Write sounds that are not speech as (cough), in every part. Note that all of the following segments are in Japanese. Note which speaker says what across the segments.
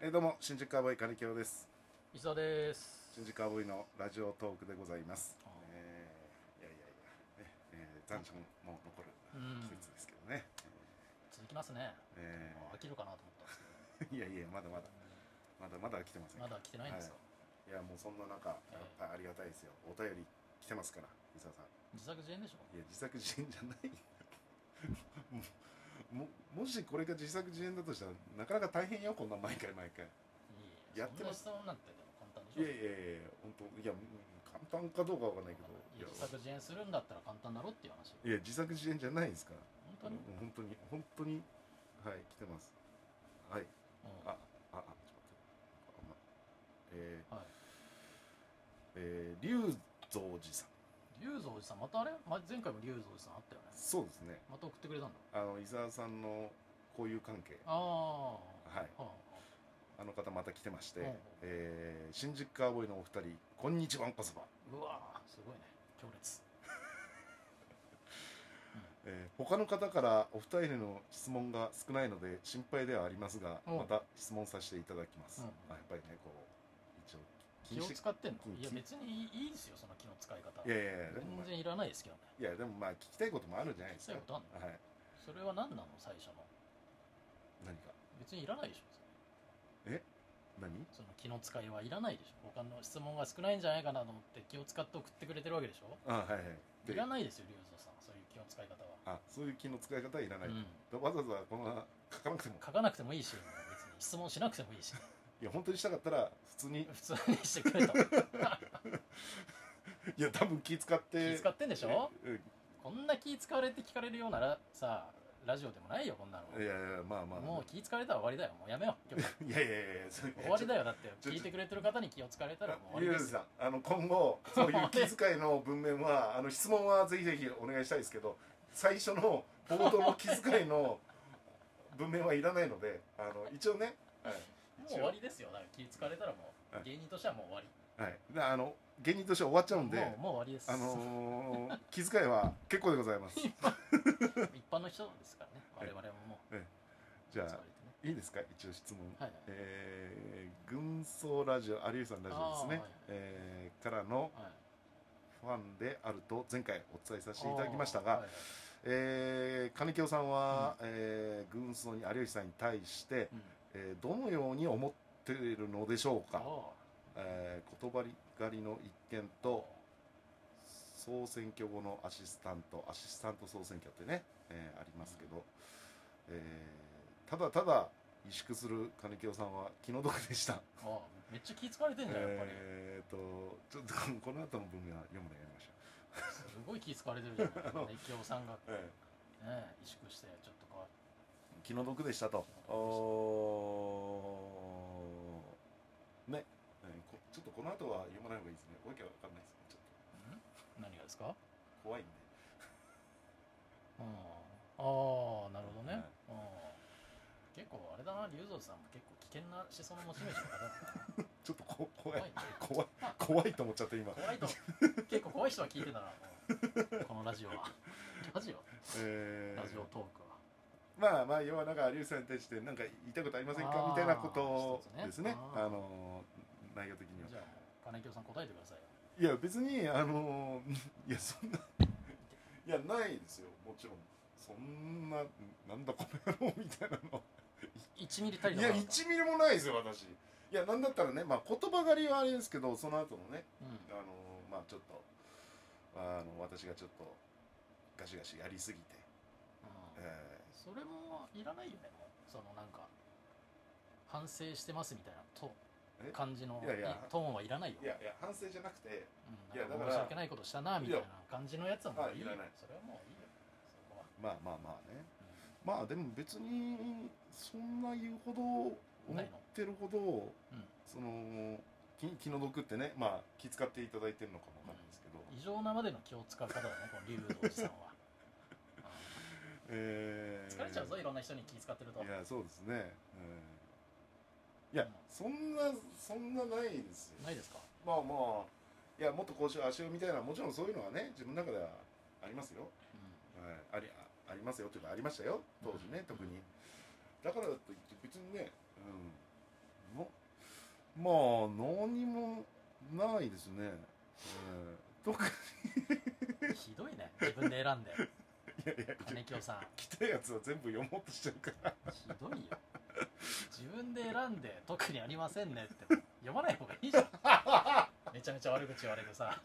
Speaker 1: えーどうも新宿カーボーイ金城です
Speaker 2: 伊沢です
Speaker 1: 新宿カーボーイのラジオトークでございます
Speaker 2: あー
Speaker 1: えーいやいやいや、ねえー残暑ももう残る
Speaker 2: うん
Speaker 1: 季節ですけどね、
Speaker 2: 続きますね、
Speaker 1: えー
Speaker 2: もう飽きるかなと思ったんですけ
Speaker 1: いやいやまだまだまだまだ来てません
Speaker 2: どまだ来てないんですか、
Speaker 1: いやもうそんな中やっ
Speaker 2: え
Speaker 1: ぱありがたいですよお便り来てますから伊沢さん
Speaker 2: 自作自演でしょ
Speaker 1: いや自作自演じゃない (laughs) もももしこれが自作自演だとしたらなかなか大変よこんな毎回毎回
Speaker 2: い
Speaker 1: やってます
Speaker 2: そんな質問なんてでも簡単でし
Speaker 1: い
Speaker 2: ょ
Speaker 1: やいやいや本当いやうん簡単かどうかわかんないけど
Speaker 2: いや自作自演するんだったら簡単だろっていう話
Speaker 1: いや自作自演じゃないですから
Speaker 2: 本当に、
Speaker 1: うん本当に本当にはい来てますはい
Speaker 2: うん
Speaker 1: あああちょっと待ってあんまえー
Speaker 2: はい
Speaker 1: えー、龍蔵寺さん
Speaker 2: 龍造寺さんまたあれ、ま、前回も龍造寺さんあったよね
Speaker 1: そうですね
Speaker 2: また送ってくれたんだ
Speaker 1: あの伊沢さんの交友関係
Speaker 2: ああ
Speaker 1: はい
Speaker 2: あ、は
Speaker 1: あの方また来てまして、
Speaker 2: うん
Speaker 1: えー新宿カーボーイのお二人こんにちはんこそば、
Speaker 2: あ、うわーすごいね強烈
Speaker 1: えー他の方からお二人への質問が少ないので心配ではありますが、
Speaker 2: うん
Speaker 1: また質問させていただきます、
Speaker 2: うん
Speaker 1: あやっぱりねこう一応気
Speaker 2: 気
Speaker 1: に
Speaker 2: を
Speaker 1: して
Speaker 2: 使ってんの
Speaker 1: 気
Speaker 2: いや別にいいいいですよその気の使い方
Speaker 1: いやいやいやでも、ま
Speaker 2: 全
Speaker 1: あ、
Speaker 2: 然いらないですけどね
Speaker 1: いやでもまあ聞きたいこともあるんじゃないですか
Speaker 2: 聞きたいことあ
Speaker 1: はい
Speaker 2: それは何なの最初の
Speaker 1: 何か
Speaker 2: 別にいらないでしょ
Speaker 1: 何
Speaker 2: その気の使いはいらないでしょ他の質問が少ないんじゃないかなと思って気を使って送ってくれてるわけでしょ
Speaker 1: あはいはい
Speaker 2: い
Speaker 1: で
Speaker 2: らないですよ龍造さんそういう気の使い方は、
Speaker 1: あそういう気の使い方はいらない、
Speaker 2: うん
Speaker 1: わざわざこんな書かなくても
Speaker 2: 書かなくてもいいしもう別に質問しなくてもいいし (laughs)
Speaker 1: いや本当にしたかったら普通に
Speaker 2: 普通にして
Speaker 1: (laughs)
Speaker 2: くれと
Speaker 1: いや多分気使って
Speaker 2: 気使ってんでしょ
Speaker 1: うん
Speaker 2: こんな気使われて聞かれるようならさラジオでもないよこんなの
Speaker 1: いやいやまあまあ
Speaker 2: もう気使われたら終わりだよもうやめよう今日
Speaker 1: いやいやいや終
Speaker 2: 終わり
Speaker 1: だ
Speaker 2: だよだって
Speaker 1: (laughs) ちょ
Speaker 2: 聞いてくれてる方に気を使われたらもう終
Speaker 1: ゆう
Speaker 2: わりです
Speaker 1: さんあの今後そういう気遣いの文面はあの質問はぜひぜひお願いしたいですけど最初の冒頭の気遣いの文面はいらないのであの一応ねはい
Speaker 2: もう
Speaker 1: 一応
Speaker 2: 終わりですよだから気使われたらも
Speaker 1: はいう
Speaker 2: 芸人としてはもう終わり
Speaker 1: はいであの芸人としては終わっちゃうん
Speaker 2: も
Speaker 1: で
Speaker 2: うもう終わりです
Speaker 1: あのー気遣いは結構でござい (laughs) ます
Speaker 2: (laughs) 一般の人ですからね我々ももう
Speaker 1: ええじゃ
Speaker 2: 使
Speaker 1: あ
Speaker 2: われてね
Speaker 1: いいですか一応質問、
Speaker 2: はいはい
Speaker 1: えー軍曹ラジオ有吉さんラジオですね、
Speaker 2: あーはい
Speaker 1: えーからの
Speaker 2: はい
Speaker 1: ファンであると前回お伝えさせていただきました
Speaker 2: あー
Speaker 1: が
Speaker 2: はい、
Speaker 1: えー金京さんは、えー軍曹に有吉さんに対して、
Speaker 2: うん
Speaker 1: えーどのように思っているのでしょう
Speaker 2: あ
Speaker 1: か、えー言葉狩りの一件と総選挙後のアシスタントアシスタント総選挙ってね、えーありますけど、えーただただ萎縮する金京さんは気の毒でした
Speaker 2: ーあーめっちゃ気使われてんじゃんやっぱり、
Speaker 1: えー、とちょっとこの後の文面は読むのやめましょ
Speaker 2: すごい気使われてるじゃない熱狂さんが、ね
Speaker 1: う、え
Speaker 2: え、萎縮してちょっとこ
Speaker 1: ー気の毒でしたと
Speaker 2: 気の毒でし
Speaker 1: おー
Speaker 2: た
Speaker 1: ね、えーこちょっとこの後は読まない方がいいですねわけわかんないですねちょっ
Speaker 2: う何がですか
Speaker 1: と怖いんで
Speaker 2: うんああなるほどね、
Speaker 1: はい
Speaker 2: うん結構あれだな龍造さんも結構危険な思想の持ち主の方だな
Speaker 1: ちょっとこ怖
Speaker 2: 怖
Speaker 1: い
Speaker 2: いね
Speaker 1: 怖い怖いと思っちゃって今
Speaker 2: 怖いと結構怖い人は聞いてたなうんこのラジオはラジオ
Speaker 1: えー
Speaker 2: ラジオトークは
Speaker 1: まあまあ要はなんか有吉さんに対してなんか言いたいことありません
Speaker 2: あ
Speaker 1: か
Speaker 2: ー
Speaker 1: みたいなこと
Speaker 2: 一つ
Speaker 1: ですね
Speaker 2: ね
Speaker 1: あ
Speaker 2: あー
Speaker 1: のー内容的には
Speaker 2: じゃあもう金京さん答えてくださいよ
Speaker 1: いや別にあのーいやそんないやないですよもちろんそんななんだこの野郎みたいなの
Speaker 2: 1ミリたり
Speaker 1: い
Speaker 2: と
Speaker 1: や
Speaker 2: なかった
Speaker 1: 1ミリもないですよ私いやなんだったらねまあ言葉狩りはあれですけどその後のね
Speaker 2: うん
Speaker 1: あのーまあちょっとあの私がちょっとガシガシやりすぎて、
Speaker 2: うん
Speaker 1: え
Speaker 2: それもいらないよねもうそのなんか反省してますみたいなと
Speaker 1: え
Speaker 2: 感じの
Speaker 1: いやいや
Speaker 2: トーンはいらないよ
Speaker 1: ーいやいや反省じゃなくて
Speaker 2: うん、
Speaker 1: いや
Speaker 2: なんか
Speaker 1: だから
Speaker 2: 申し訳ないことしたなみたいな感じのやつはもういい
Speaker 1: い
Speaker 2: よ
Speaker 1: やはいいらない
Speaker 2: それはもういいよそこ
Speaker 1: まあ
Speaker 2: は、
Speaker 1: まあまあねまあでも別にそんな言うほど思ってるほど
Speaker 2: うん
Speaker 1: その気気の毒ってねまあ気遣っていただいてるのかもわかんないですけど、
Speaker 2: うん異常なまでの気を使う方だねこの竜王さんは
Speaker 1: (laughs)
Speaker 2: うん
Speaker 1: えー
Speaker 2: 疲れちゃうぞいろんな人に気使ってると
Speaker 1: いやそうですね、えーいや、
Speaker 2: うん
Speaker 1: そんなそんなないですよ
Speaker 2: ないですか
Speaker 1: まあまあいやもっとこうしようああしようみたいなもちろんそういうのはね自分の中ではありますよはい、ありあありますよというかありましたよ当時ね、
Speaker 2: うん
Speaker 1: 特にだからといって別にね、うん、まあ何もないですね、えー、特に
Speaker 2: ひどいね自分で選んで
Speaker 1: いやいや
Speaker 2: 金京さん
Speaker 1: 来たやつは全部読もうとしてるから
Speaker 2: ひどいよ自分で選んで特にありませんねって読まない方がいいじゃんめちゃめちゃ悪口言われてさ
Speaker 1: (laughs)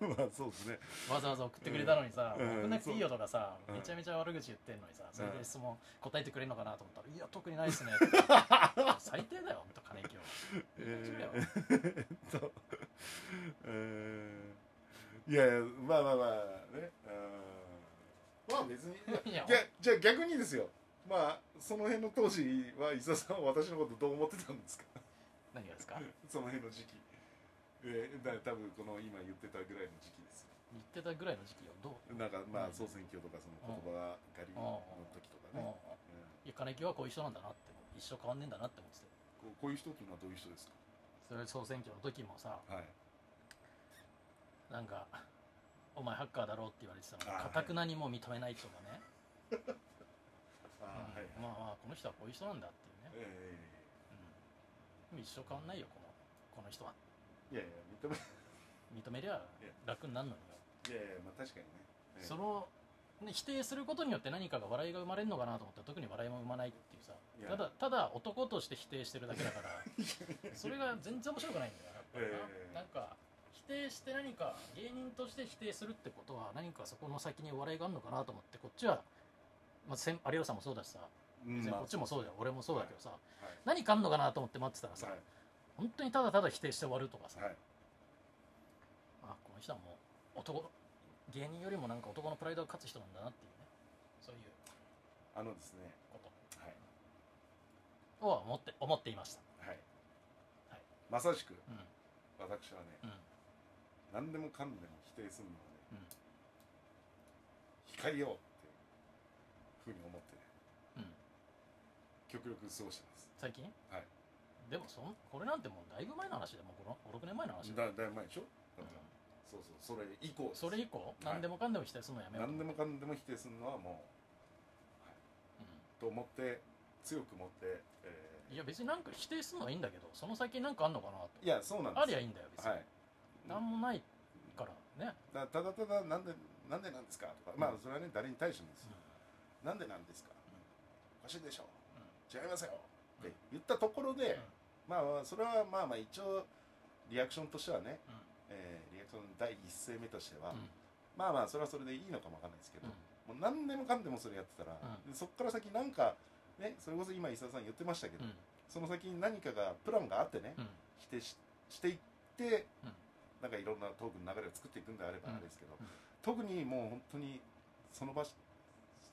Speaker 1: まあそうですね
Speaker 2: わざわざ送ってくれたのにさ、
Speaker 1: うん
Speaker 2: 送んなくていいよとかさ、
Speaker 1: うん
Speaker 2: めちゃめちゃ悪口言ってんのにさ、それ
Speaker 1: うん
Speaker 2: で質問答えてくれるのかなと思ったら「いや特にないっすね」
Speaker 1: (laughs)
Speaker 2: って最低だよほんと金清
Speaker 1: え (laughs) ー、えっと、えー、いやいやまあまあまあねうんまあ別に
Speaker 2: いや
Speaker 1: いや (laughs) じゃあ逆にですよまあその辺の当時は伊沢さんは私のことどう思ってたんですか (laughs)
Speaker 2: 何がですか
Speaker 1: その辺の時期えー、だ多分この今言ってたぐらいの時期です
Speaker 2: 言ってたぐらいの時期よどう、
Speaker 1: よなんかまあ
Speaker 2: うん
Speaker 1: 総選挙とかその言葉狩りの時とか
Speaker 2: うん
Speaker 1: ね、
Speaker 2: いや金清はこういう人なんだなって一生変わんねえんだなって思ってて
Speaker 1: うんこうこういう人っていうのはどういう人です
Speaker 2: それ総選挙の時もさ
Speaker 1: かはい
Speaker 2: なんか「お前ハッカーだろ」って言われてたの
Speaker 1: あー
Speaker 2: かたくなにもう認めないとかね、
Speaker 1: あ
Speaker 2: うん
Speaker 1: ーはい
Speaker 2: まあまあこの人はこういう人なんだっていうね、
Speaker 1: え
Speaker 2: うん、でも一生変わんないよこのこの人は
Speaker 1: ー、いやいや認め
Speaker 2: 認めりゃ楽になるのによ
Speaker 1: いやいやまあ確かにね、えー
Speaker 2: その、ね、否定することによって何かが笑いが生まれるのかなと思ったら特に笑いも生まないっていうさ
Speaker 1: いや
Speaker 2: ただただ男として否定してるだけだから
Speaker 1: (laughs)
Speaker 2: それが全然面白くないんだよやっぱりな,、
Speaker 1: ええ
Speaker 2: なんか否定して何か芸人として否定するってことは何かそこの先に笑いがあるのかなと思ってこっちは、まあ、せん有吉さんもそうだしさ
Speaker 1: うん
Speaker 2: 別に
Speaker 1: まあ
Speaker 2: こっちもそうだよ、俺もそうだけどさ、
Speaker 1: はい
Speaker 2: 何かあるのかなと思って待ってたらさ、
Speaker 1: はい
Speaker 2: 本当にただただ否定して終わるとかさ、
Speaker 1: はい
Speaker 2: あこの人はもう男芸人よりもなんか男のプライドが勝つ人なんだなっていうねそういう
Speaker 1: あのですね
Speaker 2: こ
Speaker 1: はい
Speaker 2: とを思って思っていました
Speaker 1: はい、
Speaker 2: はい
Speaker 1: まさしく
Speaker 2: うん
Speaker 1: 私はね
Speaker 2: うん
Speaker 1: 何でもかんでも否定するのは
Speaker 2: うん
Speaker 1: ね、控えようっていうふうに思ってね
Speaker 2: うん
Speaker 1: 極力過ごしてます
Speaker 2: 最近
Speaker 1: はい
Speaker 2: でもそんこれなんてもうだいぶ前の話でもう56年前の話だよ、
Speaker 1: だだいぶ前でしょ
Speaker 2: う
Speaker 1: だ
Speaker 2: ん
Speaker 1: から、そうそうそれ以降です
Speaker 2: それ以降何でもかんでも否定するのやめようと
Speaker 1: 何でもかんでも否定するのはもうと思って強く持って、え
Speaker 2: うんいや別になんか否定するのはいいんだけどその先なんかあんのかなと
Speaker 1: ーいやそうなんです
Speaker 2: ありゃいいんだよ別に、
Speaker 1: はい
Speaker 2: なんもないからね、
Speaker 1: だただただなんでなんでなんですかとか、まあそれはね誰に対してもですよ、なんでなんですか、おかしいでしょ違いますよって言ったところで、まあそれはまあまあ一応リアクションとしてはね、
Speaker 2: うん
Speaker 1: えーリアクション第一声目としては、
Speaker 2: うんうん
Speaker 1: まあまあそれはそれでいいのかもわかんないですけど、
Speaker 2: うん
Speaker 1: もう何でもかんでもそれやってたら、
Speaker 2: う
Speaker 1: でそっから先なんかねそれこそ今伊沢さん言ってましたけど、
Speaker 2: うん
Speaker 1: その先に何かがプランがあってね、
Speaker 2: うん
Speaker 1: 否定ししていって、
Speaker 2: うん
Speaker 1: なんかいろんなトークの流れを作っていくんであれば
Speaker 2: うん
Speaker 1: あれですけど、
Speaker 2: うん
Speaker 1: 特にもう本当にその場し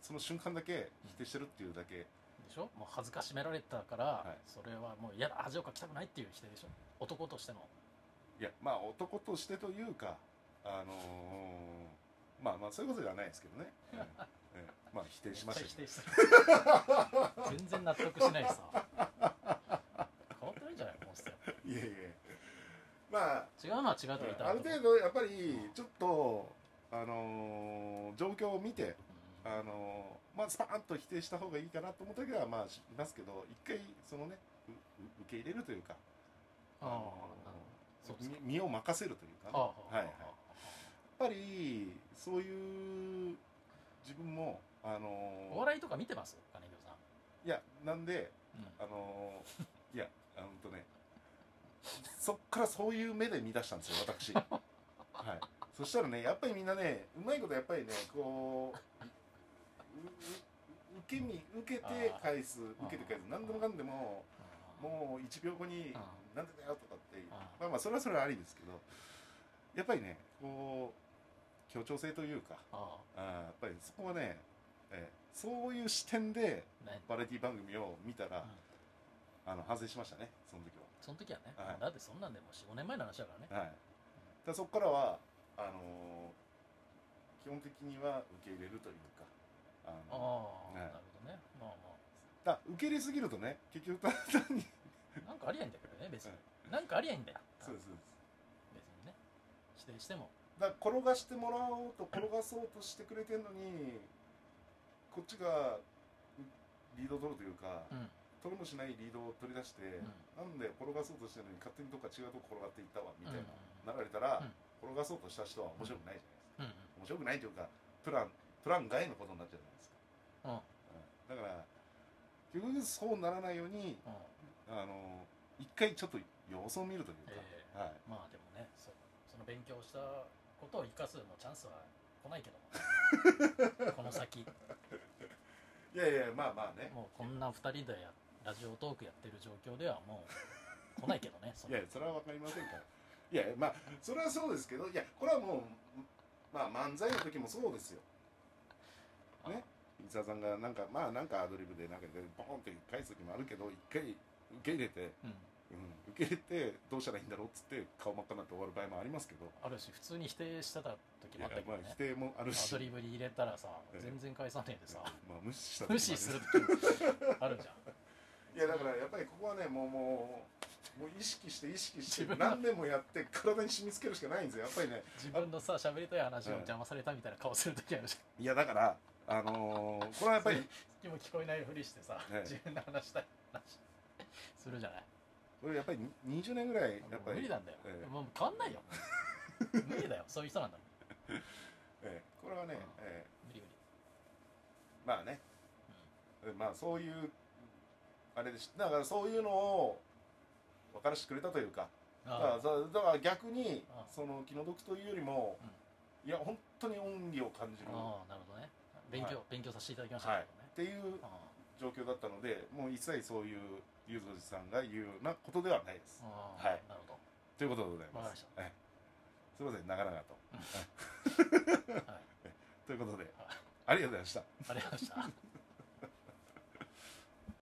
Speaker 1: その瞬間だけ否定してるっていうだけ、
Speaker 2: でしょもう恥ずかしめられたから、
Speaker 1: い
Speaker 2: それはもう嫌だ恥をかきたくないっていう否定でしょ男としての
Speaker 1: いやまあ男としてというかあのーまあまあそういうことではないですけどね、ええええまあ否定しましたけど
Speaker 2: めっちゃ否定
Speaker 1: (laughs)
Speaker 2: してる全然納得しないしさ変わってないんじゃない本質
Speaker 1: いやいやまあ
Speaker 2: 違うのは違うと言いたい
Speaker 1: ある程度やっぱりちょっとあのー状況を見て
Speaker 2: うん
Speaker 1: あのーまあスパーンと否定した方がいいかなと思った時はまあしますけど一回そのねうう受け入れるというか
Speaker 2: ああ
Speaker 1: あのー
Speaker 2: そうですか
Speaker 1: み身を任せるというか
Speaker 2: あ
Speaker 1: ね、
Speaker 2: あ
Speaker 1: はいはいやっぱりそういう自分もあのー
Speaker 2: お笑いとか見てます金城さん、
Speaker 1: いやなんで
Speaker 2: うん
Speaker 1: あのーいやあのとねそっからそういう目で見出したんですよ私はいそしたらねやっぱりみんなねうまいことやっぱりねこううう受け身受けて返す
Speaker 2: あー
Speaker 1: 受けて返す何でもかんでももう1秒後に
Speaker 2: あ
Speaker 1: 「なんでだよ」とかって
Speaker 2: あ
Speaker 1: まあまあそれはそれはありですけどやっぱりねこう協調性というか
Speaker 2: あ
Speaker 1: あーやっぱりそこはね、えーそういう視点で
Speaker 2: あね
Speaker 1: バラエティ番組を見たら
Speaker 2: う
Speaker 1: あ
Speaker 2: ん、
Speaker 1: の反省しましたねその時
Speaker 2: その時はね、
Speaker 1: はい
Speaker 2: だってそんなんでもう45年前の話だからね、
Speaker 1: ははいだからそこからはあのー基本的には受け入れるというかあ
Speaker 2: ああ
Speaker 1: の、はい
Speaker 2: なるほどねまあまあ
Speaker 1: だ受け入れすぎるとね結局ただ単に
Speaker 2: なんかありゃいいんだけどね別に、なんかありゃいいんだよ
Speaker 1: そうですそうです
Speaker 2: 別にね否定しても
Speaker 1: だから転がしてもらおうと転がそうとしてくれてんのにこっちがリード取るというか、
Speaker 2: うん
Speaker 1: 取れもしないリードを取り出して、なんで転がそうとしてるのに勝手にどっか違うとこ転がっていったわみたいな、流れたら、
Speaker 2: うん
Speaker 1: 転がそうとした人は面白くないじゃないですか、
Speaker 2: うんうん
Speaker 1: 面白くないというかプランプラン外のことになっちゃうじゃないですか、
Speaker 2: うん
Speaker 1: うん
Speaker 2: うん
Speaker 1: だから結局そうならないように
Speaker 2: うん
Speaker 1: あの一回ちょっと様子を見るというか、は
Speaker 2: え
Speaker 1: い、
Speaker 2: まあでもねそうその勉強したことを生かすもうチャンスは来ない
Speaker 1: (laughs)
Speaker 2: けどこの先
Speaker 1: いやいやまあまあね
Speaker 2: もうこんな2人でやラジオトークやってる状況ではもう来ないけどねそ
Speaker 1: いやいやそれは分かりませんから (laughs) いやいやまあそれはそうですけどいやこれはもう、まあ、漫才の時もそうですよ
Speaker 2: あ
Speaker 1: ね伊沢さんがなんかまあなんかアドリブでなんかでボーンって返す時もあるけど一回受け入れて、
Speaker 2: うん、
Speaker 1: うん、受け入れてどうしたらいいんだろうっつって顔真っ赤になって終わる場合もありますけど
Speaker 2: あるし普通に否定してた時
Speaker 1: い
Speaker 2: も
Speaker 1: や
Speaker 2: あったけど
Speaker 1: まあ
Speaker 2: ね
Speaker 1: 否定もある
Speaker 2: ア
Speaker 1: し
Speaker 2: ドリブに入れたらさ
Speaker 1: ええ
Speaker 2: 全然返さねえでさ
Speaker 1: まあ無視した時もあり
Speaker 2: 無
Speaker 1: ます
Speaker 2: 視する時もあるじゃん
Speaker 1: いやだからやっぱりここはねもうもうもう意識して意識し
Speaker 2: 自
Speaker 1: て
Speaker 2: 分の
Speaker 1: 何でもやって体に染み付けるしかないんですよやっぱりね
Speaker 2: 自分のさ喋りたい話を邪魔されたみたいな顔する時あるじ
Speaker 1: いやだからあのーこれはやっ
Speaker 2: (laughs)
Speaker 1: ぱり
Speaker 2: ゃん今聞こえないふりしてさ
Speaker 1: ええ
Speaker 2: 自分の話したい話するじゃない
Speaker 1: これやっぱりに20年ぐらいやっぱ
Speaker 2: 無理
Speaker 1: り、
Speaker 2: なんだよ、
Speaker 1: ええ
Speaker 2: もう変わんな
Speaker 1: (laughs)
Speaker 2: いよ無理だよそういう人なんだもん
Speaker 1: ええこれはね、
Speaker 2: うん
Speaker 1: え
Speaker 2: 無理無
Speaker 1: え
Speaker 2: 理
Speaker 1: まあねえまあそういうあれでしだからそういうのを分からしてくれたというか
Speaker 2: うん
Speaker 1: だから
Speaker 2: あ
Speaker 1: だだから逆に
Speaker 2: ああ
Speaker 1: その気の毒というよりも、いや本当に恩義を感じるっ
Speaker 2: あなるほどね勉強、
Speaker 1: は
Speaker 2: 勉強させていただきましたけどね、
Speaker 1: ていう状況だったのでもう一切そういうゆうぞじさんが言うようなことではないです
Speaker 2: ああ、
Speaker 1: はい
Speaker 2: なるほ
Speaker 1: ということでございます。
Speaker 2: わ
Speaker 1: はいすみません、長々と。
Speaker 2: ど、はい、
Speaker 1: ということで、ありがとうございました。
Speaker 2: ありがとうございました